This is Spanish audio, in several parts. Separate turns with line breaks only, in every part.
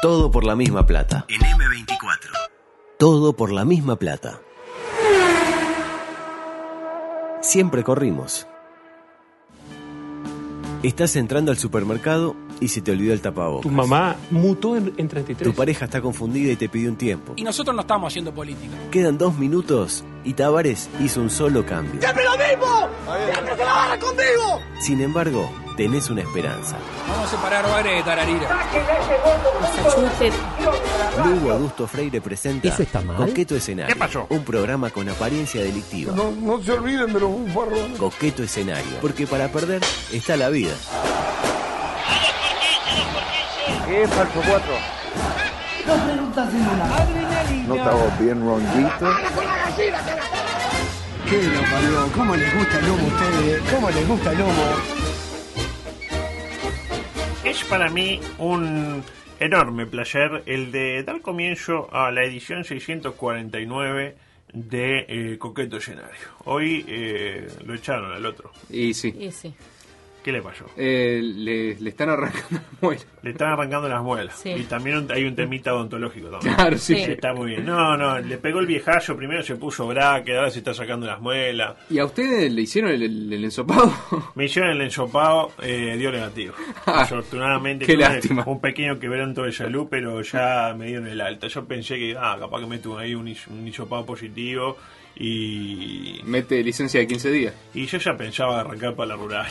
Todo por la misma plata.
En M24.
Todo por la misma plata. Siempre corrimos. Estás entrando al supermercado y se te olvidó el tapabocas.
Tu mamá mutó en, en 33.
Tu pareja está confundida y te pidió un tiempo.
Y nosotros no estamos haciendo política.
Quedan dos minutos y Tavares hizo un solo cambio.
¡Siempre lo mismo! ¡Siempre se la barra conmigo!
Sin embargo, tenés una esperanza.
Vamos a separar hogares de tararira.
Lugo Augusto Freire presenta
¿Eso está mal?
Coqueto Escenario. Un programa con apariencia delictiva.
No, no se olviden de los bufarrones.
Coqueto Escenario. Porque para perder está la vida.
No estaba bien rondito.
¡Qué lo parió! ¿Cómo les gusta el humo a ustedes? ¿Cómo les gusta el humo?
Es para mí un enorme placer el de dar comienzo a la edición 649 de eh, Coqueto Escenario. Hoy eh, lo echaron al otro.
Y sí,
Y sí,
¿Qué le pasó?
eh, le, le están arrancando la muela.
Le están arrancando las muelas.
Sí.
Y también un- hay un temita odontológico también.
Claro, sí.
Sí.
Está muy bien. No, no, le pegó el viejazo, primero se puso braque, ahora se está sacando las muelas.
¿Y a ustedes le hicieron el, el- el ensopado?
Me hicieron el ensopado, eh, dio negativo.
Ah,
Afortunadamente,
qué
tuve
lástima.
un pequeño quebranto de salud, pero ya me dieron el alta. Yo pensé que, ah, capaz que me tuve ahí un, his- un hisopado positivo y,
Mete licencia de 15 días.
y yo ya pensaba arrancar para la rural.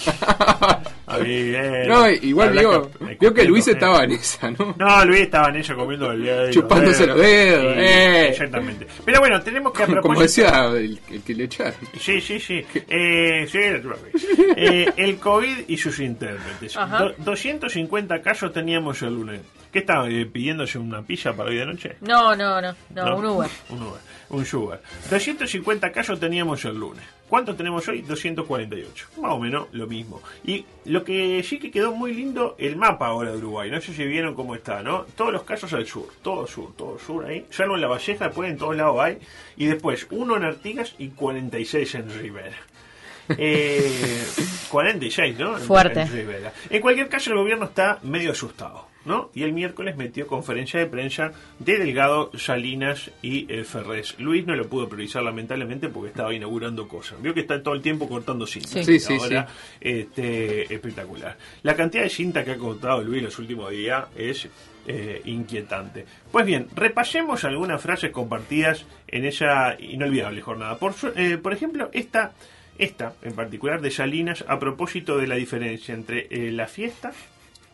A ver,
No, igual
Eh, la
digo,
blanca- me
vio que
escupiendo,
Luis
eh.
estaba en esa, ¿no?
No, Luis estaba en eso comiendo el dedo.
Chupándose los dedos, eh.
Exactamente. Pero bueno, tenemos que a
Como
propósito-
decía el, el que le echaron.
Sí, sí, sí. Eh, sí, la tuve. Eh, el COVID y sus intérpretes.
Ajá.
Do- 250 casos teníamos el lunes. ¿Qué estaba eh, pidiéndose una pilla para hoy de noche?
No, no, no, no, un Uber.
Un Uber. Un Sugar. 250 casos teníamos el lunes. ¿Cuántos tenemos hoy? 248. Más o menos lo mismo. Y lo que sí que quedó muy lindo, el mapa ahora de Uruguay. No sé si vieron cómo está, ¿no? Todos los casos al sur. Todo sur, todo sur ahí. Salvo en La Valleja, después en todos lados hay. Y después uno en Artigas y 46 en Rivera. Eh, 46, ¿no? En-
Fuerte.
en Rivera. En cualquier caso, el gobierno está medio asustado, ¿no? Y el miércoles metió conferencia de prensa de Delgado, Salinas y eh, Ferrés. Luis no lo pudo priorizar, lamentablemente, porque estaba inaugurando cosas. Vio que está todo el tiempo cortando cintas.
Sí.
Sí, sí,
Ahora, Este, espectacular. La cantidad de cinta que ha cortado Luis los últimos días es eh, inquietante. Pues bien, repasemos algunas frases compartidas en esa inolvidable jornada. Por, su- eh, por ejemplo, esta, esta en particular de Salinas a propósito de la diferencia entre eh, la fiesta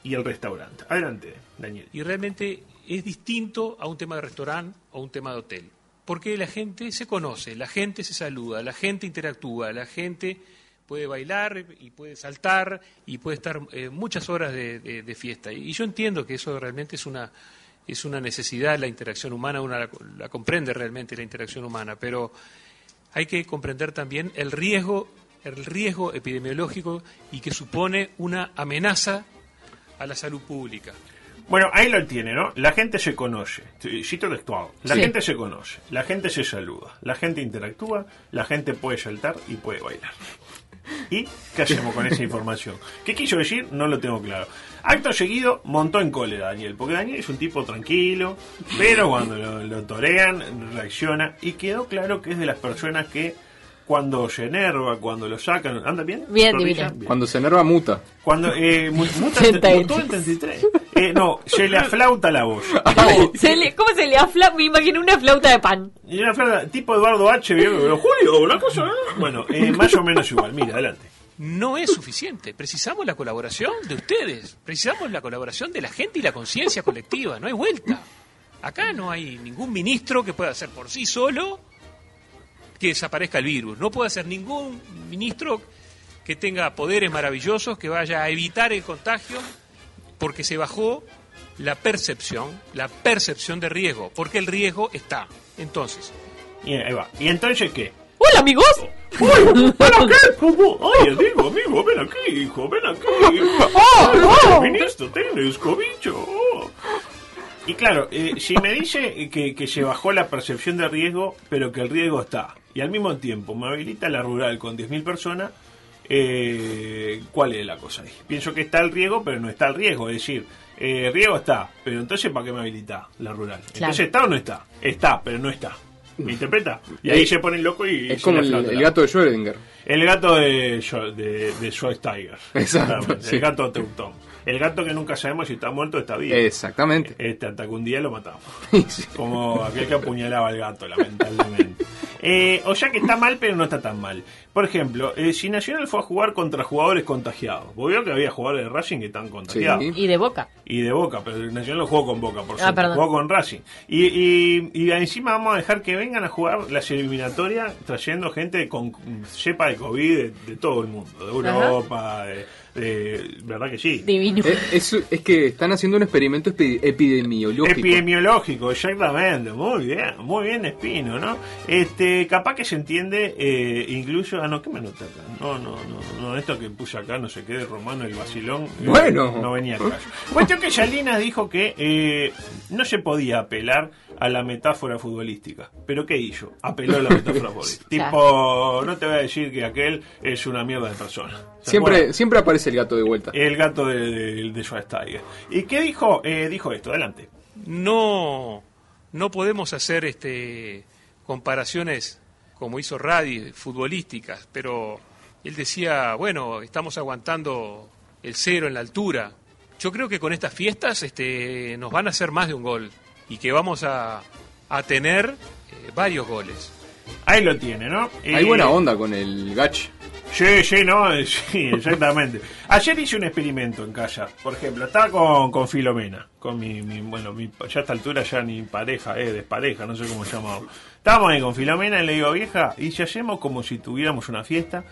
y el restaurante. Adelante, Daniel.
y realmente es distinto a un tema de restaurante o un tema de hotel. Porque la gente se conoce, la gente se saluda, la gente interactúa, la gente puede bailar y puede saltar y puede estar eh, muchas horas de, de- de fiesta. Y yo entiendo que eso realmente es una, es una necesidad, la interacción humana, una la- la comprende realmente la interacción humana, pero hay que comprender también el riesgo, el riesgo epidemiológico y que supone una amenaza a la salud pública.
Bueno, ahí lo tiene, ¿no? La gente se conoce. Sí, Cito textual. La
Sí.
gente se conoce, la gente se saluda, la gente interactúa, la gente puede saltar y puede bailar. ¿Y qué hacemos con esa información? ¿Qué quiso decir? No lo tengo claro. Acto seguido, montó en cólera Daniel, porque Daniel es un tipo tranquilo, pero cuando lo, lo torean, reacciona y quedó claro que es de las personas que cuando se enerva, cuando lo sacan, ¿anda bien?
Bien,
Torrilla?
divino.
Cuando se enerva, muta.
Cuando eh, mu- muta,
83.
mutó en 33. Eh, no, se le aflauta la voz.
Se le- ¿Cómo se le afla? Me imagino una flauta de pan.
Y una flauta tipo Eduardo H. ¿vio? Pero, Julio, una cosa. ¿no?". Bueno, eh, más o menos igual. Mira, adelante.
no es suficiente. Precisamos la colaboración de ustedes, precisamos la colaboración de la gente y la conciencia colectiva, no hay vuelta. Acá no hay ningún ministro que pueda hacer por sí solo que desaparezca el virus, no puede hacer ningún ministro que tenga poderes maravillosos, que vaya a evitar el contagio, porque se bajó la percepción, la percepción de riesgo, porque el riesgo está. Entonces,
Y ahí va. ¿Y entonces qué?
¡Hola, amigos!
¡Uy! ¡Ven aquí! ¿Cómo? ¡Ay, digo, amigo! ¡Ven aquí, hijo! ¡Ven aquí! ¡Oh, ¡Ministro, tenés, cobicho! oh. Y claro, eh, si me dice que, que se bajó la percepción de riesgo, pero que el riesgo está, y al mismo tiempo me habilita la rural con 10.000 personas, eh, ¿cuál es la cosa ahí? Pienso que está el riesgo, pero no está el riesgo. Es decir, eh, riego está, pero entonces ¿para qué me habilita la rural? Entonces
Claro.
está o no está. Está, pero no está. ¿Me interpreta? Y ahí se ponen locos y...
Es
se
como
la
el,
flauta.
el gato de Schrödinger.
El gato de, Scho- de, de Schwarzenegger.
Exacto,
Claramente,
sí.
El gato teutón. El gato que nunca sabemos si está muerto o está vivo.
Exactamente.
Este, hasta que un día lo matamos.
Sí.
Como aquel que apuñalaba al gato, lamentablemente. Eh, o sea que está mal, pero no está tan mal. Por ejemplo, eh, si Nacional fue a jugar contra jugadores contagiados. Vos vio que había jugadores de Racing que están contagiados.
Sí.
Y de boca.
Y de Boca, pero el Nacional lo jugó con Boca, por
Ah,
supuesto.
perdón.
jugó con Racing. Y, y, y encima vamos a dejar que vengan a jugar las eliminatorias trayendo gente con cepa de COVID de, de todo el mundo. De Europa, de, de- ¿Verdad que sí?
Divino.
Eh, Es, es que están haciendo un experimento epi- epidemiológico.
Epidemiológico, exactamente. Muy bien, muy bien, Espino, ¿no? Este, capaz que se entiende, eh, incluso. Ah, no, ¿qué me nota acá? No, no, no, no, esto que puse acá, no sé qué, de Romano el vacilón. eh,
Bueno.
no venía acá. Cuestión que Salinas dijo que eh, no se podía apelar a la metáfora futbolística. ¿Pero qué hizo? Apeló a la metáfora futbolística. tipo, no te voy a decir que aquel es una mierda de persona. ¿Se Eh, acuerdan?
Siempre, siempre aparece el gato de vuelta.
El gato de, de, de Schweinsteiger. ¿Y qué dijo? Eh, dijo esto, adelante.
No, no podemos hacer este, comparaciones como hizo Radi, futbolísticas, pero él decía, bueno, estamos aguantando el cero en la altura. Yo creo que con estas fiestas este, nos van a hacer más de un gol y que vamos a, a tener eh, varios goles.
Ahí lo tiene, ¿no? Eh,
Hay buena onda con el gach.
Sí, sí, no, eh, sí, exactamente. Ayer hice un experimento en casa, por ejemplo, estaba con, con Filomena, con mi, mi- bueno, mi, ya a esta altura ya ni pareja, eh, despareja, no sé cómo llamarlo. Estábamos ahí con Filomena y le digo, vieja, y si hacemos como si tuviéramos una fiesta,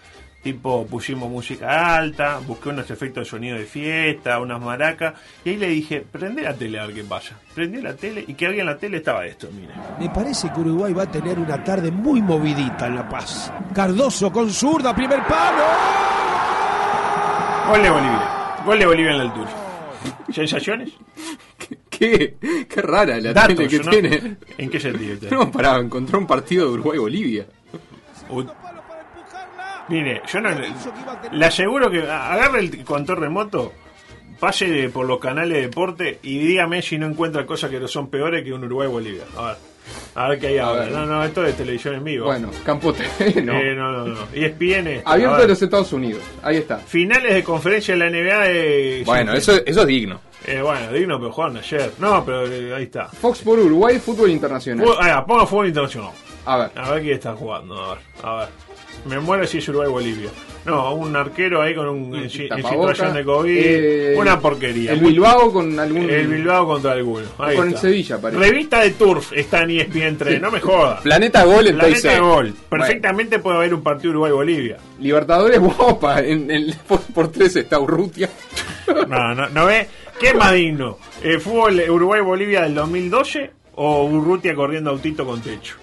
tipo pusimos música alta, busqué unos efectos de sonido de fiesta, unas maracas, y ahí le dije, prende la tele a ver qué pasa. Prendí la tele y que había en la tele estaba esto, mira.
Me parece que Uruguay va a tener una tarde muy movidita en La Paz. Cardoso con zurda, primer palo.
Gol de Bolivia. Gol de Bolivia en la altura.
Oh.
¿Sensaciones?
¿Qué? Qué rara la tele que
¿no?
tiene.
¿En qué sentido?
No, para encontrar un partido de Uruguay-Bolivia.
U- Mire, yo no. Le aseguro que a- agarre el control remoto, pase de- por los canales de deporte y dígame si no encuentra cosas que no son peores que un Uruguay-Bolivia. A ver. A ver qué hay ahora.
ver.
No, no, esto es de televisión en vivo.
Bueno, campo terreno.
Eh, no, no, no. ESPN esto, a
Abierto de
ver.
los Estados Unidos. Ahí está.
Finales de conferencia de la NBA de.
Bueno, eso, eso es digno.
Eh, bueno, digno, pero jugaron ayer. No, pero eh, ahí está.
Fox por Uruguay, fútbol internacional.
Fútbol- ah, ponga fútbol internacional.
A ver.
A ver quién está jugando, a ver, a ver. Me muero si es Uruguay-Bolivia. No, un arquero ahí con un, en, si- en
Tapabocas,
eh, situación de COVID.
eh,
una porquería.
El Bilbao con algún.
El Bilbao contra alguno. Ahí
Con el
está.
Sevilla, parece.
Revista de Turf está en E ESPN 3, no me jodas.
Planeta Gol en
Planeta de
Taizé.
Gol.
Bueno,
Perfectamente puede haber un partido Uruguay-Bolivia.
Libertadores guapa. En, en- por, por tres está Urrutia.
No, no, ¿no ve? ¿Qué es más digno? Eh, ¿Fútbol Uruguay-Bolivia del 2012 o Urrutia corriendo autito con techo?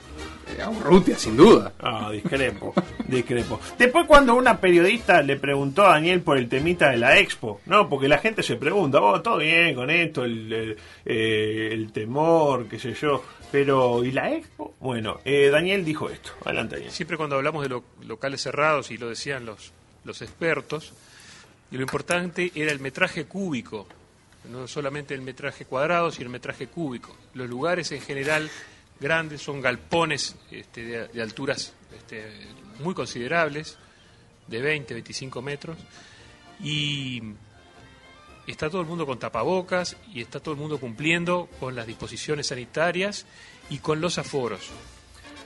Eh, Urrutia, sin duda.
Ah, discrepo, discrepo. Después cuando una periodista le preguntó a Daniel por el temita de la expo, no, porque la gente se pregunta, oh, todo bien con esto, el, el, eh, el temor, qué sé yo, pero ¿y la expo? Bueno, eh, Daniel dijo esto, adelante Daniel.
Eh, Siempre cuando hablamos de lo- locales cerrados, y lo decían los, los expertos, y lo importante era el metraje cúbico, no solamente el metraje cuadrado, sino el metraje cúbico. Los lugares en general grandes son galpones este, de, de alturas este, muy considerables, de 20, 25 metros, y está todo el mundo con tapabocas y está todo el mundo cumpliendo con las disposiciones sanitarias y con los aforos.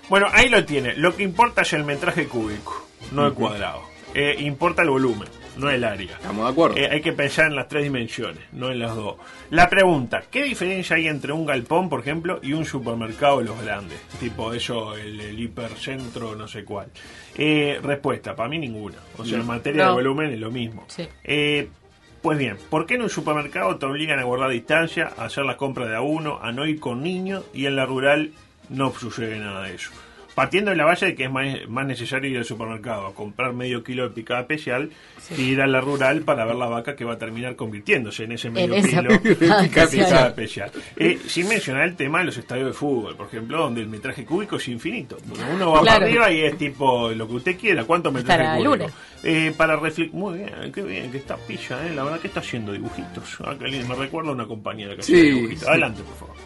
Bueno, ahí lo tiene, lo que importa es el metraje cúbico, no el cuadrado, Eh, importa el volumen, no el área.
Estamos de acuerdo.
Eh, hay que pensar en las tres dimensiones, no en las dos. La pregunta, ¿qué diferencia hay entre un galpón, por ejemplo, y un supermercado de los grandes? Tipo eso, el, el hipercentro, no sé cuál. Eh, respuesta, para mí ninguna. O sea, en materia de
No.
volumen es lo mismo.
Sí.
Eh, pues bien, ¿por qué en un supermercado te obligan a guardar distancia, a hacer las compras de a uno, a no ir con niños y en la rural no sucede nada de eso? Partiendo de la base de que es más, más necesario ir al supermercado a comprar medio kilo de picada especial que ir a la rural para ver la vaca que va a terminar convirtiéndose en ese medio
esa
kilo de
picada
picada
especial.
especial. Eh, sin mencionar el tema de los estadios de fútbol, por ejemplo, donde el metraje cúbico es infinito. Uno va
Claro.
para arriba y es tipo lo que usted quiera, cuánto metraje
Para la
cúbico.
luna.
Eh, para refle- Muy bien, qué bien que está pilla, eh. La verdad que está haciendo dibujitos. Ah, qué lindo. Me recuerda a una compañera que hacía
Sí,
dibujitos.
sí.
Adelante, por favor.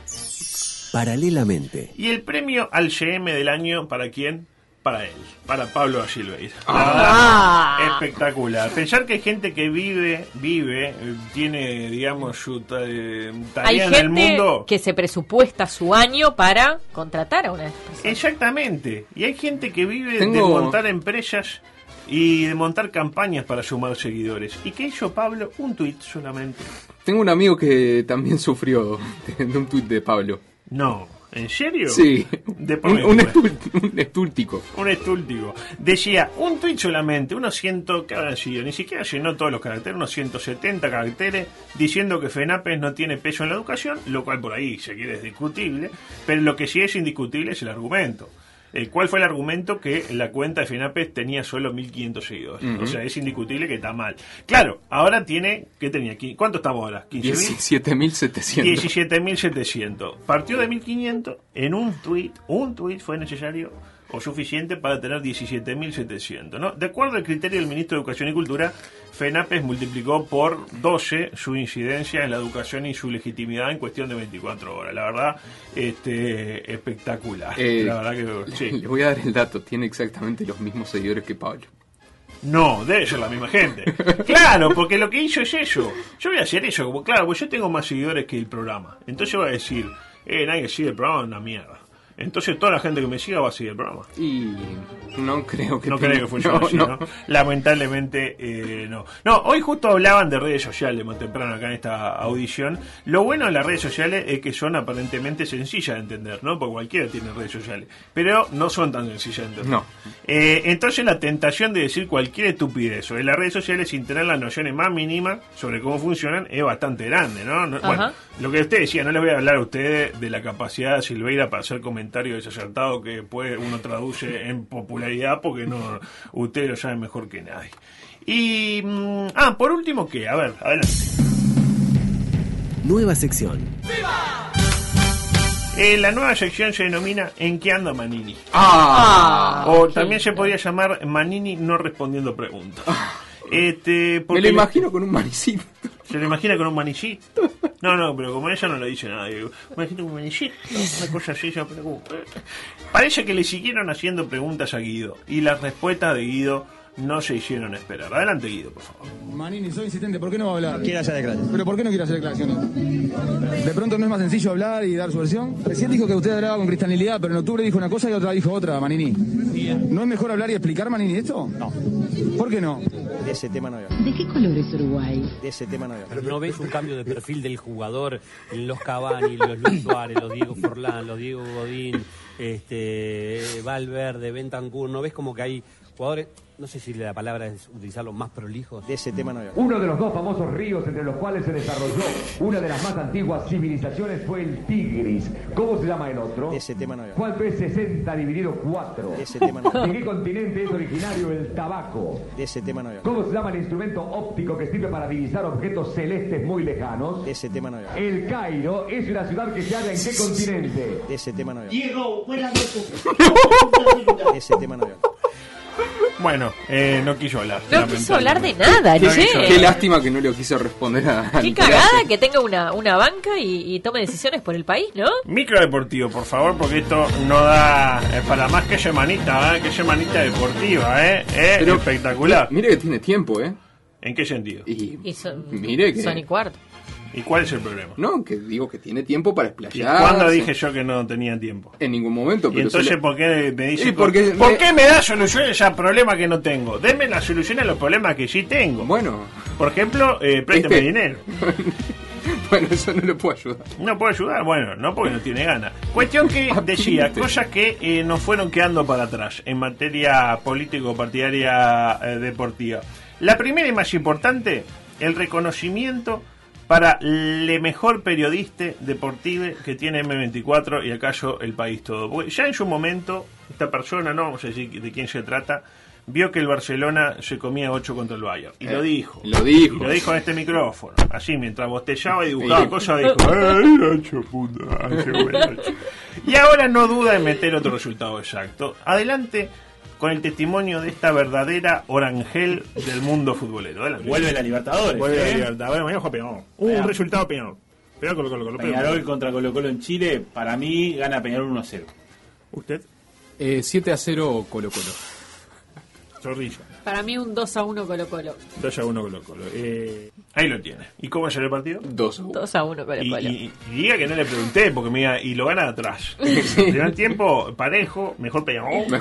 Paralelamente.
Y el premio al GM del año, ¿para quién? Para él, para Pablo Asilveira.
Ah.
Ah.
espectacular. Pensar que hay gente que vive, vive, eh, tiene, digamos, su ta- eh,
Hay
tarea en el
gente
mundo.
que se presupuesta su año para contratar a una de estas personas.
Exactamente. Y hay gente que vive de
Tengo-
montar empresas y de montar campañas para sumar seguidores. ¿Y que hizo Pablo? Un tuit solamente.
Tengo un amigo que también sufrió de, de un tuit de Pablo.
No. ¿En serio?
Sí,
De por
un,
qué,
un,
pues.
estul- un estúltico.
Un estúltigo. Decía, un tweet solamente, unos 100, ¿qué habrán sido? Ni siquiera llenó todos los caracteres, unos 170 caracteres, diciendo que FENAPES no tiene peso en la educación, lo cual por ahí se quiere es discutible, pero lo que sí es indiscutible es el argumento. El cual fue el argumento que la cuenta de FENAPES tenía solo 1500 seguidores. O sea, es indiscutible que está mal. Claro, ahora tiene, ¿qué tenía? Qui- ¿Cuánto estamos ahora? ¿15.000?
17.700.
17.700. Partió de 1.500 en un tweet. Un tweet fue necesario o suficiente para tener 17.700. ¿no? De acuerdo al criterio del ministro de Educación y Cultura, FENAPES multiplicó por 12 su incidencia en la educación y su legitimidad en cuestión de 24 horas. La verdad, este, espectacular.
Eh,
la verdad que sí.
Le voy a dar el dato, tiene exactamente los mismos seguidores que Pablo.
No, debe ser la misma gente. Claro, porque lo que hizo es eso. Yo voy a hacer eso, como claro, pues yo tengo más seguidores que el programa. Entonces voy a decir, eh, nadie sigue el programa, es una mierda. Entonces toda la gente que me siga va a seguir el programa.
Y no creo que
No
tenga-
creo que funcione
no,
así,
no.
¿no? Lamentablemente, eh, no. No, hoy justo hablaban de redes sociales más temprano acá en esta audición. Lo bueno de las redes sociales es que son aparentemente sencillas de entender, ¿no? Porque cualquiera tiene redes sociales. Pero no son tan sencillas de entender.
No.
Eh, entonces la tentación de decir cualquier estupidez sobre las redes sociales sin tener las nociones más mínimas sobre cómo funcionan es bastante grande, ¿no? No-
Ajá.
bueno, lo que usted decía, no les voy a hablar a ustedes de la capacidad de Silveira para hacer comentarios desacertados que después uno traduce en popularidad porque no ustedes lo saben mejor que nadie. Y... mm, ah, por último, ¿qué? A ver, adelante.
Nueva sección.
Eh, la nueva sección se denomina ¿En qué anda Manini?
Ah,
o también se podría llamar Manini no respondiendo preguntas. Este,
Ah. me
porque
lo imagino con un manicito.
¿Se lo imagina con un manillito? No, no, pero como ella no lo dice nada. Digo, me imagino con un manillito, una cosa así, yo, pero como- Parece que le siguieron haciendo preguntas a Guido y las respuestas de Guido no se hicieron esperar. Adelante, Guido, por favor.
Manini, soy insistente, ¿por qué no va a hablar? Quiere hacer declaraciones. ¿Pero por qué no quiere hacer declaraciones? ¿De pronto no es más sencillo hablar y dar su versión? Recién dijo que usted hablaba con cristalinidad, pero en octubre dijo una cosa y otra dijo otra, Manini. ¿No es mejor hablar y explicar, Manini, esto? eh. No. ¿Por qué no? De ese tema no hablar.
¿De qué color es Uruguay?
De ese tema no hablar.
¿No ves un cambio de perfil del jugador en los Cavani, los Luis Suárez, los Diego Forlán, los Diego Godín, este, Valverde, Bentancur? ¿No ves como que hay jugadores, no sé si la palabra es utilizarlo, más prolijos?
De ese tema no hablar.
Uno de los dos famosos ríos entre los cuales se desarrolló una de las más antiguas civilizaciones fue el Tigris. ¿Cómo se llama el otro?
De ese tema no hablar.
¿Cuál fue 60 dividido 4?
De ese tema no
¿De qué continente es originario el tabaco?
De ese tema no hablar.
¿Cómo se llama el instrumento óptico que sirve para divisar objetos celestes muy lejanos?
ese tema no hablar.
El Cairo es una ciudad que se halla en qué continente?
De ese tema no hablar.
Diego, buenas noches.
De ese tema no hablar.
Bueno, eh, no quiso hablar.
No quiso hablar de nada,
Qué,
che.
qué lástima que no le quiso responder a.
Qué
al
cagada
pedazo.
que tenga una, una banca y, y tome decisiones por el país, ¿no?
Microdeportivo, por favor, porque esto no da eh, para más que semanita, ¿eh? que semanita deportiva, ¿eh? Eh,
Pero-
espectacular.
Mire que tiene tiempo, ¿eh?
¿En qué sentido?
Y,
Y son,
mire que.
son y cuarto.
¿Y cuál es el problema?
No, que digo que tiene tiempo para
¿Y
explayarse.
¿Cuándo dije yo que no tenía tiempo?
En ningún
¿Y
momento, pero. se
entonces
le-
por qué me dice
Y porque-
¿Por
me-
qué me da soluciones a problemas que no tengo? Deme las soluciones a los problemas que sí tengo.
Bueno,
Por ejemplo, eh, présteme
Este-
dinero.
bueno, eso no le puedo ayudar.
No puedo ayudar, bueno, no porque no tiene ganas. Cuestión que decía, cosas que eh, nos fueron quedando para atrás en materia político-partidaria eh, deportiva. La primera y más importante, el reconocimiento para el mejor periodista deportivo que tiene M24 y acá yo el país todo. Porque ya en su momento, esta persona, no vamos a decir de quién se trata, vio que el Barcelona se comía 8 contra el Bayern. Y
Eh,
lo dijo.
lo dijo.
Y lo dijo en este micrófono. Así, mientras bostezaba y dibujaba
Sí.
cosas, dijo: ¡Ay, Nacho, puta! ay, qué bueno, Nacho". Y ahora no duda en meter otro resultado exacto. Adelante con el testimonio de esta verdadera orangel del mundo futbolero. Adelante.
Vuelve la Libertadores,
Vuelve
¿eh?
la Libertadores. Mañana juega Peñarol.
Peñarol.
Un resultado Peñarol. Peñarol, Colo, Colo, Colo, Peñarol.
Peñarol contra Colo Colo en Chile, para mí gana Peñarol 1-0.
¿Usted?
7 Eh, a 0 Colo Colo.
Zorrilla.
Para mí un 2 a 1 Colo Colo.
2 a 1 Colo Colo. Eh, ahí lo tiene. ¿Y cómo salió el partido? 2 a 1.
2 a 1 Colo
Y,
Colo.
y- y diga que no le pregunté, porque me iba- y lo gana de atrás. Primer tiempo, parejo, mejor Peñarol.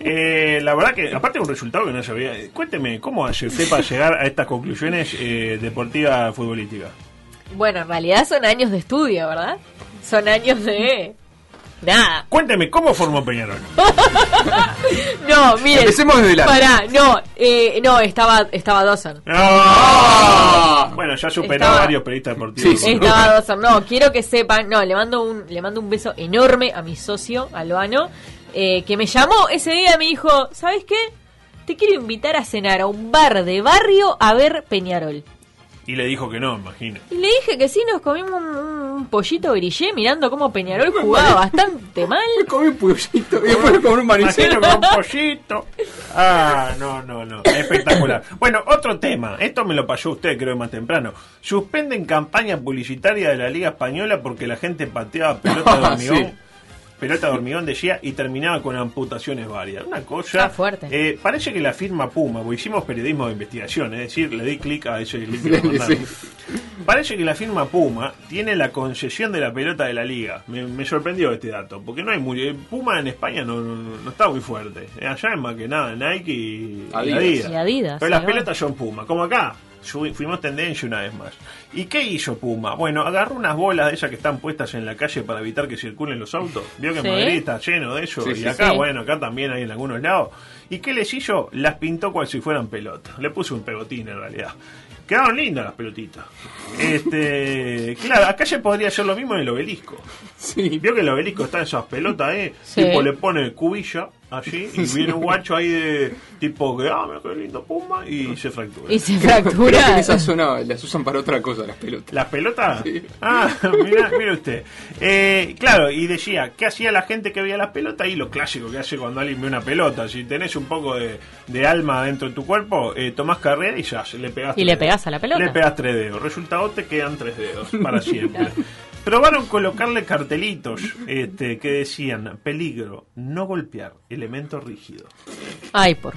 Eh, la verdad que, aparte de un resultado que no se veía. eh, Cuénteme, ¿cómo hace usted para llegar a estas conclusiones eh, deportivas futbolísticas?
Bueno, en realidad son años de estudio, ¿verdad? Son años de... Nada.
Cuénteme, ¿cómo formó Peñarol?
No, miren.
Empecemos desde la-
Pará, no, eh, no, estaba, estaba Dawson.
Bueno, ya superó
Ah. Estaba-
a varios periodistas deportivos.
Estaba Dawson. No, quiero que sepan. No, le mando un, le mando un beso enorme a mi socio, Albano, eh, que me llamó ese día y me dijo, ¿sabes qué? Te quiero invitar a cenar a un bar de barrio a ver Peñarol.
Y le dijo que no, imagino.
Y le dije que sí, nos comimos un, un pollito grillé mirando cómo Peñarol jugaba bastante mal. Me
comí un pollito
y después
comí un
Imagino con un pollito. Ah, no, no, no. Espectacular. Bueno, otro tema. Esto me lo pasó usted, creo, más temprano. Suspenden campaña publicitaria de la Liga Española porque la gente pateaba pelota de
Ah,
hormigón.
sí.
Pelota de hormigón decía y terminaba con amputaciones varias. Una cosa. eh, parece que la firma Puma, porque hicimos periodismo de investigación, es decir, le di clic a ese link que me mandaron. Parece que la firma Puma tiene la concesión de la pelota de la liga. Me, me sorprendió este dato, porque no hay muy. eh, Puma en España no, no- no- no está muy fuerte. Eh, Allá es más que nada Nike y
Adidas. Y Adidas,
Pero las
ahí va.
pelotas son Puma, como acá. Su- Fuimos tendencia una vez más. ¿Y qué hizo Puma? Bueno, agarró unas bolas de esas que están puestas en la calle para evitar que circulen los autos. Vio que
Sí.
Madrid está lleno de eso.
Sí,
y
sí,
acá, Ah,
sí.
bueno, acá también hay en algunos lados. ¿Y qué les hizo? Las pintó cual si fueran pelotas. Le puso un pegotín en realidad. Quedaron lindas las pelotitas. Este, claro, acá se podría hacer lo mismo en el obelisco. Vio que el obelisco está en esas pelotas, ¿eh?
Sí.
Tipo, le pone cubilla allí y
Sí.
viene un guacho ahí de tipo que, ah, mira qué lindo, puma, y se fractura.
Y se
Creo que
fractura.
en esa zona las usan para otra cosa las pelotas.
¿Las pelotas? Ah, mira, mira usted. Eh, claro, y decía, ¿qué hacía la gente que veía las pelotas? Y lo clásico que hace cuando alguien ve una pelota. Si tenés un poco de, de alma dentro de tu cuerpo, eh, tomás carrera y ya, le
Y
pegás. tres
le
dedos.
pegás a la pelota.
Le pegás tres dedos. Resultado, te quedan tres dedos para siempre. Probaron colocarle cartelitos este, que decían, peligro, no golpear, elemento rígido.
Ay, por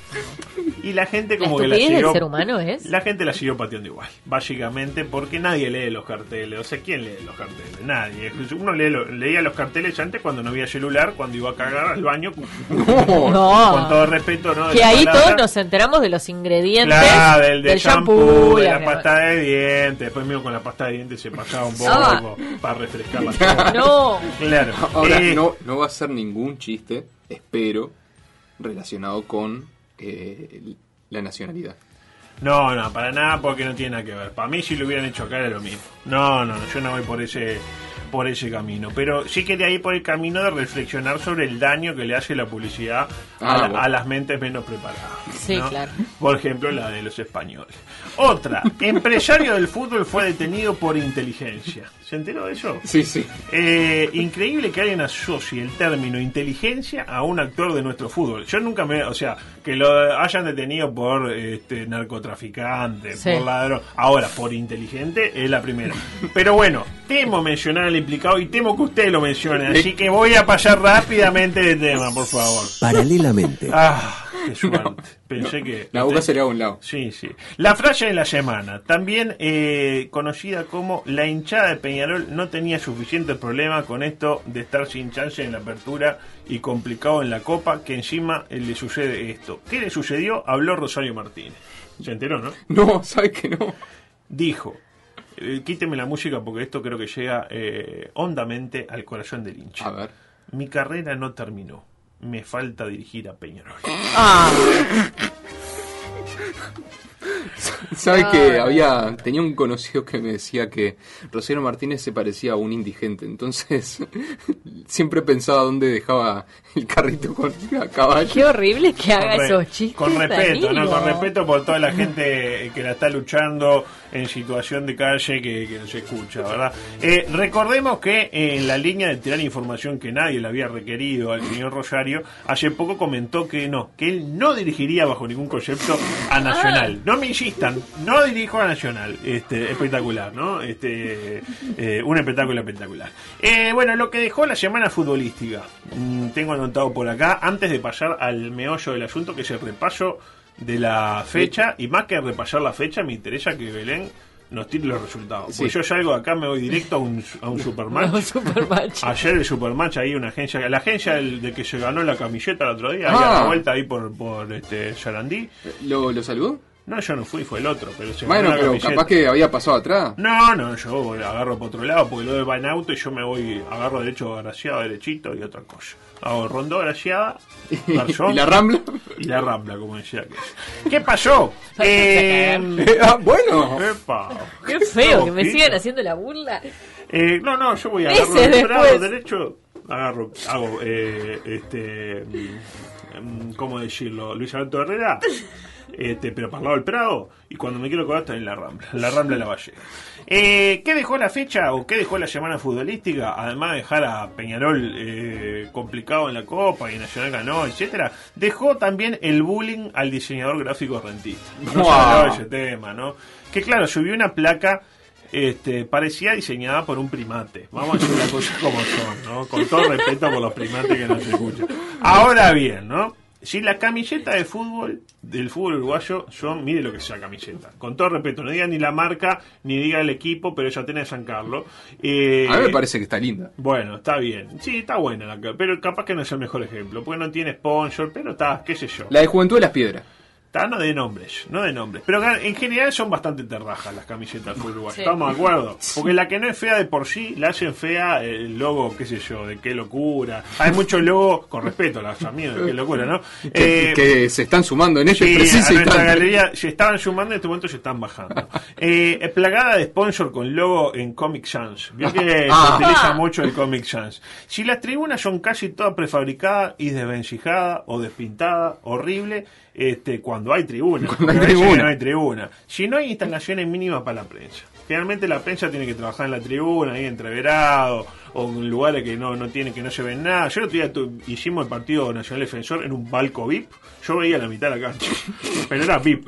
Y la gente
La
como que la
estupidez del
siguió-
ser humano es.
La gente la siguió pateando igual, básicamente porque nadie lee los carteles. O sea, ¿quién lee los carteles? Nadie. Uno lee lo- leía los carteles antes cuando no había celular, cuando iba a cagar al baño.
No.
Con todo respeto, ¿no? De
Ah. Que
la
ahí
palabra.
todos nos enteramos de los ingredientes
Claro, del, del shampoo, de la
la-
pasta de dientes. Después mismo con la pasta de dientes se pasaba un poco
Ah.
para refrescar la
No.
Claro.
Ahora,
Eh.
no, no va a ser ningún chiste, espero, relacionado con eh, la nacionalidad.
No, no, para nada porque no tiene nada que ver. Para mí si lo hubieran hecho acá era lo mismo. No, no, no, yo no voy por ese por ese camino, pero sí quería ir por el camino de reflexionar sobre el daño que le hace la publicidad a,
Ah,
la-
bueno.
a las mentes menos preparadas.
Sí,
¿no?
claro.
Por ejemplo, la de los españoles. Otra, empresario del fútbol fue detenido por inteligencia. ¿Se enteró de eso?
Sí, sí.
Eh, increíble que alguien asocie el término inteligencia a un actor de nuestro fútbol. Yo nunca me. O sea, que lo hayan detenido por este, narcotraficante,
Sí.
por ladrón. Ahora, por inteligente es la primera. Pero bueno, temo mencionar al implicado y temo que ustedes lo mencionen. Así que voy a pasar rápidamente de tema, por favor.
Paralelamente.
Ah, qué suerte. Pensé que.
La boca se le va a un lado.
Sí, sí. La frase de la semana, también eh, conocida como la hinchada de Peñarol no tenía suficiente problema con esto de estar sin chance en la apertura y complicado en la copa, que encima eh, le sucede esto. ¿Qué le sucedió? Habló Rosario Martínez. ¿Se enteró, no?
No, sabes que no.
Dijo, eh, quíteme la música porque esto creo que llega eh, hondamente al corazón del hincha. A
ver.
Mi carrera no terminó. Me falta dirigir a Peñarol.
¿Sabe que había tenía un conocido que me decía que Rosario Martínez se parecía a un indigente? Entonces siempre pensaba dónde dejaba el carrito con a caballo.
Qué horrible que haga
re-
esos chistes.
Con respeto, ¿no?
Danilo.
Con respeto por toda la gente que la está luchando en situación de calle que, que nos escucha, ¿verdad? Eh, recordemos que eh, en la línea de tirar información que nadie le había requerido al señor Rosario, hace poco comentó que no, que él no dirigiría bajo ningún concepto a Nacional. No me insistan, no dirijo a Nacional. Este, espectacular, ¿no? Este, eh, un espectáculo espectacular. Eh, bueno, lo que dejó la semana futbolística. Mm, tengo anotado por acá, antes de pasar al meollo del asunto, que es el repaso de la fecha. Y más que repasar la fecha, me interesa que Belén nos tire los resultados.
Sí.
Pues yo salgo de acá, me voy directo a un, a un supermatch. Ayer el supermatch, ahí una agencia, la agencia del- de que se ganó la camiseta el otro día, ahí a
Ah.
la vuelta ahí por, por este Sarandí.
¿Lo, ¿Lo saludó?
No, yo no fui, fue el otro, pero se
Bueno,
ganó la
pero
camiseta.
capaz que había pasado atrás.
No, no, yo agarro por otro lado porque luego va en auto y yo me voy, agarro derecho agraciado, derechito y otra cosa. Hago rondó agraciada, garzón,
¿Y la Rambla?
Y la rambla, como decía aquel. ¿Qué pasó? Eh,
Ah, bueno.
Epa.
Qué feo que me
Ojito.
sigan haciendo la burla.
Eh, no, no, yo voy a
Meses
agarro derecho,
después.
agarro derecho, agarro, hago, eh, este, mm, mm, ¿cómo decirlo? Luis Alberto Herrera, este, pero para el lado del Prado, y cuando me quiero acordar estoy en la Rambla, la Rambla de la Valle. Eh, ¿Qué dejó la fecha o qué dejó la semana futbolística? Además de dejar a Peñarol eh, complicado en la Copa y Nacional ganó, etcétera, dejó también el bullying al diseñador gráfico rentista. No se
Wow.
hablaba de ese tema, ¿no? Que claro, subió una placa este, parecía diseñada por un primate. Vamos a decir las cosas como son, ¿no? Con todo respeto por los primates que nos escuchan. Ahora bien, ¿no? Si la camiseta de fútbol, del fútbol uruguayo, son, mire lo que sea camiseta. Con todo respeto, no diga ni la marca, ni diga el equipo, pero ella tiene de San Carlos. Eh,
A mí me parece que está linda.
bueno, está bien. Sí, está buena la ca- pero capaz que no es el mejor ejemplo, porque no tiene sponsor, pero está, qué sé yo.
La de Juventud de las Piedras.
Está, no de nombres, no de nombres. Pero ga- en general son bastante terrajas las camisetas del Uruguay.
Sí.
Estamos de acuerdo. Porque la que no es fea de por sí, la hacen fea eh, el logo, qué sé yo, de qué locura. Hay muchos logos, con respeto a los amigos, de qué locura, ¿no?
Que,
Eh,
que se están sumando en este
Sí,
preciso
a nuestra
instante.
galería se estaban sumando, en este momento se están bajando. Eh, eh, plagada de sponsor con logo en Comic Sans. Vio que
Ah.
se utiliza mucho el Comic Sans. Si las tribunas son casi todas prefabricadas y desvencijadas o despintadas, horrible, este, cuando hay tribuna.
Cuando
Porque
hay
a veces
tribuna.
no hay tribuna. Si no hay instalaciones mínimas para la prensa. Generalmente la prensa tiene que trabajar en la tribuna, ahí entreverado, o en lugares que no, no tienen, que no se ven nada. Yo el otro día tu- hicimos el partido Nacional Defensor en un balco VIP, yo veía la mitad de la cancha, pero era VIP.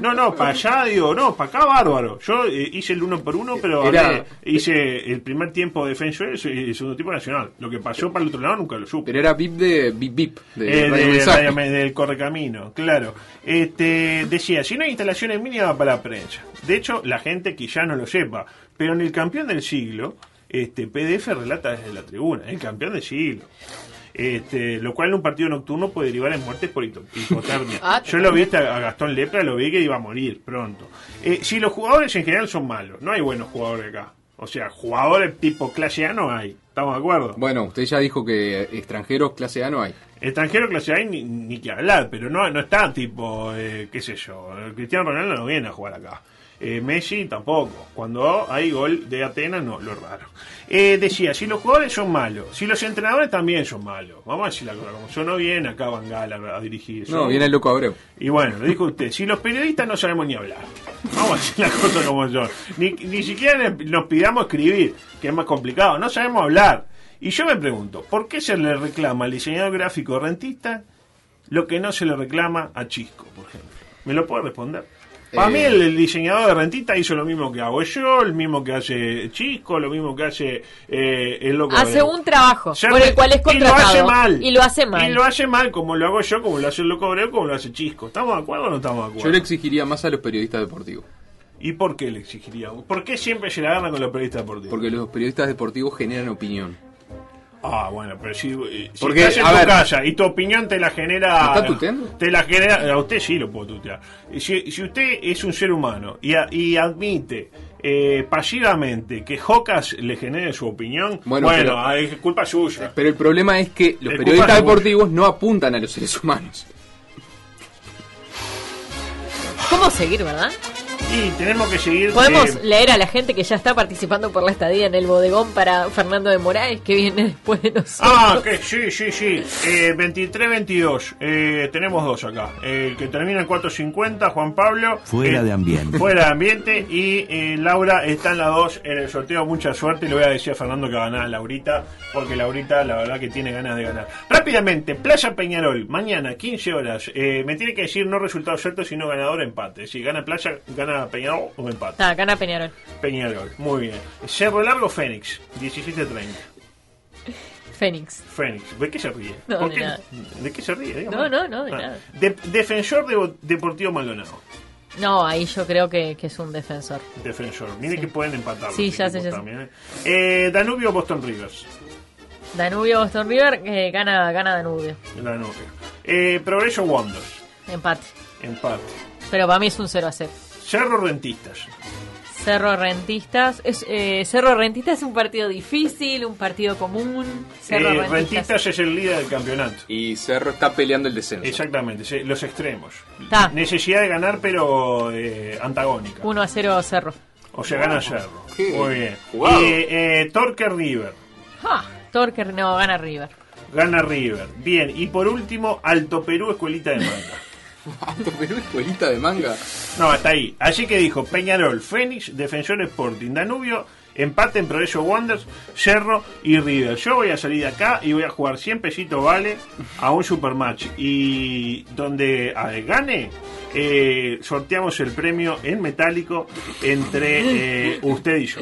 No, no, para allá digo, no, para acá bárbaro. Yo eh, hice el uno por uno, pero
Era-
hablé- hice el primer tiempo defensor y el segundo tiempo nacional. Lo que pasó para el otro lado nunca lo supe.
Pero era VIP de VIP, VIP de
Eh,
Radio
de-
Mensaje.
radio me- del correcamino, claro. Este, decía, si no hay instalaciones mínimas para la prensa. De hecho, la gente quizá no lo sepa, pero en el campeón del siglo, este PDF relata desde la tribuna, ¿eh? el campeón del siglo. Este, lo cual en un partido nocturno puede derivar en muertes por hito- hipotermia.
Ah,
Yo lo vi este a a Gastón Lepra, lo vi que iba a morir pronto. Eh, si los jugadores en general son malos, no hay buenos jugadores acá. O sea, jugadores tipo clase A no hay. ¿Estamos de acuerdo?
Bueno, usted ya dijo que extranjeros clase A no hay.
Extranjero clase A ni, ni que hablar, pero no, no está tipo, eh, qué sé yo, eh, Cristiano Ronaldo no viene a jugar acá. Eh, Messi tampoco. Cuando hay gol de Atenas, no, lo raro. Eh, decía, si los jugadores son malos, si los entrenadores también son malos, vamos a decir la cosa, como yo no viene acá Van Gaal a, a dirigir.
No,
Yo-
viene el loco Abreu.
y bueno, lo dijo usted, si los periodistas no sabemos ni hablar, vamos a hacer las cosas como son. Ni, ni siquiera le- nos pidamos escribir, que es más complicado, no sabemos hablar. Y yo me pregunto, ¿por qué se le reclama al diseñador gráfico rentista lo que no se le reclama a Chisco, por ejemplo? ¿Me lo puede responder? Para
Eh.
mí el, el diseñador de rentista hizo lo mismo que hago yo, el mismo que hace Chisco, lo mismo que hace eh, el loco.
Hace
de-
un trabajo
Ya
por
me-
el cual es contratado.
Y lo hace mal.
Y lo hace mal.
Y lo hace mal, como lo hago yo, como lo hace el loco Abreu, como lo hace Chisco. ¿Estamos de acuerdo o no estamos de
Yo
acuerdo?
le exigiría más a los periodistas deportivos.
¿Y por qué le exigiría? ¿Por qué siempre se la agarran con los periodistas deportivos?
Porque los periodistas deportivos generan opinión.
Ah, bueno, pero si, eh, si
Porque,
estás en
a
tu
ver-
casa y tu opinión te la genera...
¿Me está tuteando?
Te la genera... A usted sí lo puedo tutear. Y Si, si usted es un ser humano y, a- y admite eh, pasivamente que Jocas le genere su opinión,
Bueno,
bueno,
pero-
ah, es culpa suya.
Pero el problema es que los
El
periodistas
culpa es
deportivos no apuntan a los seres humanos.
podemos seguir, ¿verdad?
Y tenemos que seguir.
Podemos
eh,
leer a la gente que ya está participando por la estadía en el bodegón para Fernando de Moraes, que viene después de nosotros.
Ah, que sí, sí, sí. Eh, 23-22. Eh, tenemos dos acá. El que termina en 4.50, Juan Pablo.
Fuera
Eh,
de ambiente.
Fuera de ambiente. Y eh, Laura están las dos en el sorteo. Mucha suerte. Y le voy a decir a Fernando que va a ganar a Laurita. Porque Laurita, la verdad, que tiene ganas de ganar. Rápidamente, Plaza Peñarol. Mañana, 15 horas. Eh, me tiene que decir no resultado cierto, sino ganador empate. Si gana Plaza, gana Peñarol o empate.
Ah, gana Peñarol.
Peñarol. Muy bien. Cerro Largo, Fénix. 17.30.
Fénix.
Fénix, ¿de qué se ríe?
No,
¿Por
de
qué?
nada.
¿De qué se ríe? Dígame.
No, no, no, de
Ah,
nada.
de- defensor de Bo- Deportivo Maldonado.
No, ahí yo creo que, que es un defensor.
Defensor. Mire que pueden empatar.
Sí,
los
ya sé,
equipos
ya sé.
también, ¿eh? Eh, Danubio Boston Rivers.
Danubio Boston River eh, gana, gana Danubio.
Danubio. Eh, Progreso Wonders.
Empate.
Empate.
Pero para mí es un 0 a 0.
Cerro Rentistas.
Cerro Rentistas. Es, eh, Cerro Rentistas es un partido difícil, un partido común. Cerro
Eh,
Rentistas.
Rentistas es el líder del campeonato.
Y Cerro está peleando el descenso.
Exactamente, sí, los extremos.
Está.
Necesidad de ganar, pero eh, antagónica.
1 a 0 Cerro.
O sea, gana Cerro.
Qué
Muy bien.
jugado.
Eh, eh, Torque River.
Ah, Torque no, gana River.
Gana River. Bien, y por último, Alto Perú, escuelita de manga.
Alto Perú, escuelita de manga.
No, hasta ahí. Así que dijo Peñarol, Fénix, Defensor Sporting, Danubio, empate en Progreso Wonders, Cerro y River. Yo voy a salir de acá y voy a jugar 100 pesitos vale a un supermatch. Y donde ah, gane, eh, sorteamos el premio en metálico entre eh, usted y yo.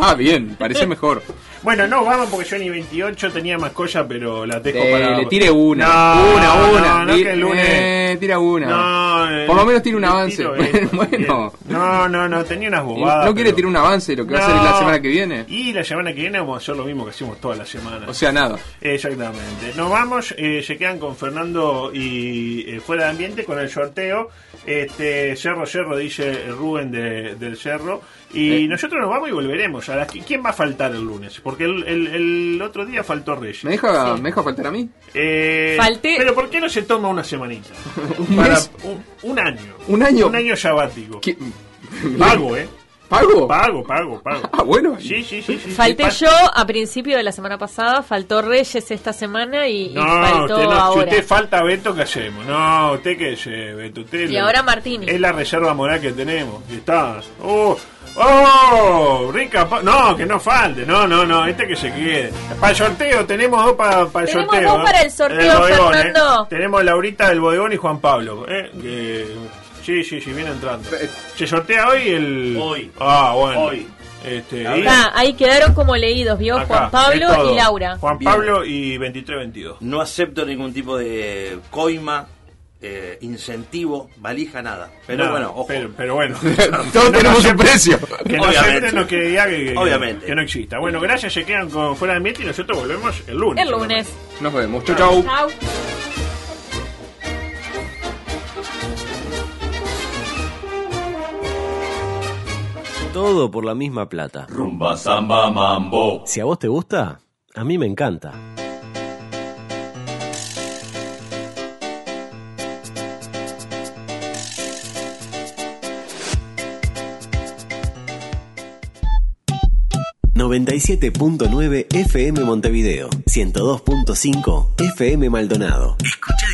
Ah, bien, parece mejor.
Bueno, no, vamos porque yo ni 28 tenía más cosas, pero las dejo
Eh,
para.
le tire una.
No,
una, una.
No, no,
Di-
que el lunes.
eh, tira una.
No, eh,
Por lo menos tiene un
le
avance.
tiro esto,
bueno.
No, no, no, tenía unas bobadas.
¿No quiere tirar un avance de lo que va a hacer
No.
la semana que viene?
Y la semana que viene vamos a hacer lo mismo que hicimos toda la semana.
O sea, nada.
Exactamente. Nos vamos, eh, se quedan con Fernando y eh, fuera de ambiente con el sorteo. Este Cerro Cerro dice Rubén de- del Cerro. Y
Eh.
nosotros nos vamos y volveremos. A las- ¿Quién va a faltar el lunes? Porque el, el- el otro día faltó Reyes.
¿Me deja, ¿Me deja faltar a mí?
Eh,
Falté.
Pero ¿por qué no se toma una semanita?
¿Un
Para-
mes?
un, un año.
¿Un año?
Un año sabático. Pago, ¿eh?
¿Pago?
Pago, pago, pago.
Oh. Ah, bueno.
Sí, sí, sí. sí,
Falté
sí,
yo a principio de la semana pasada, faltó Reyes esta semana y, y
No,
faltó
usted no-
ahora.
si usted falta Beto, ¿qué hacemos? No, usted qué es, eh, Beto. Usted
Y
es la-
ahora Martini.
Es la reserva moral que tenemos. Y está. ¡Oh! ¡Oh! ¡Rica! pa- No, que no falte. No, no, no. Este que se quede. Para el sorteo, tenemos dos para, el
Tenemos
sorteo.
dos
¿eh?
para el sorteo,
En bodegón, ¿eh?
Fernando.
Tenemos Laurita del Bodegón y Juan Pablo. ¿eh? Que- Sí, sí, sí, viene entrando. ¿Se sortea hoy el.? Hoy. Ah, bueno. Hoy. Este, y-
Ah, ahí quedaron como leídos, ¿vio?
Acá,
Juan
es todo.
Pablo y Laura.
Juan
Bien.
Pablo y 2322.
No acepto ningún tipo de coima, eh, incentivo, valija, nada. Pero
Nada,
bueno, ojo.
Pero, pero bueno.
Todos tenemos
acepten-
un precio.
Que no
Obviamente.
acepten lo que diga que, que-
Obviamente.
que no exista. Bueno, gracias, se quedan con Fuera de Ambiente y nosotros volvemos el lunes.
El lunes.
Nos vemos. Chau, chau.
Chau.
Todo por la misma plata.
Rumba, samba, mambo.
Si a vos te gusta, a mí me encanta. ...97.9 FM Montevideo... ...102.5 FM Maldonado.
Escucha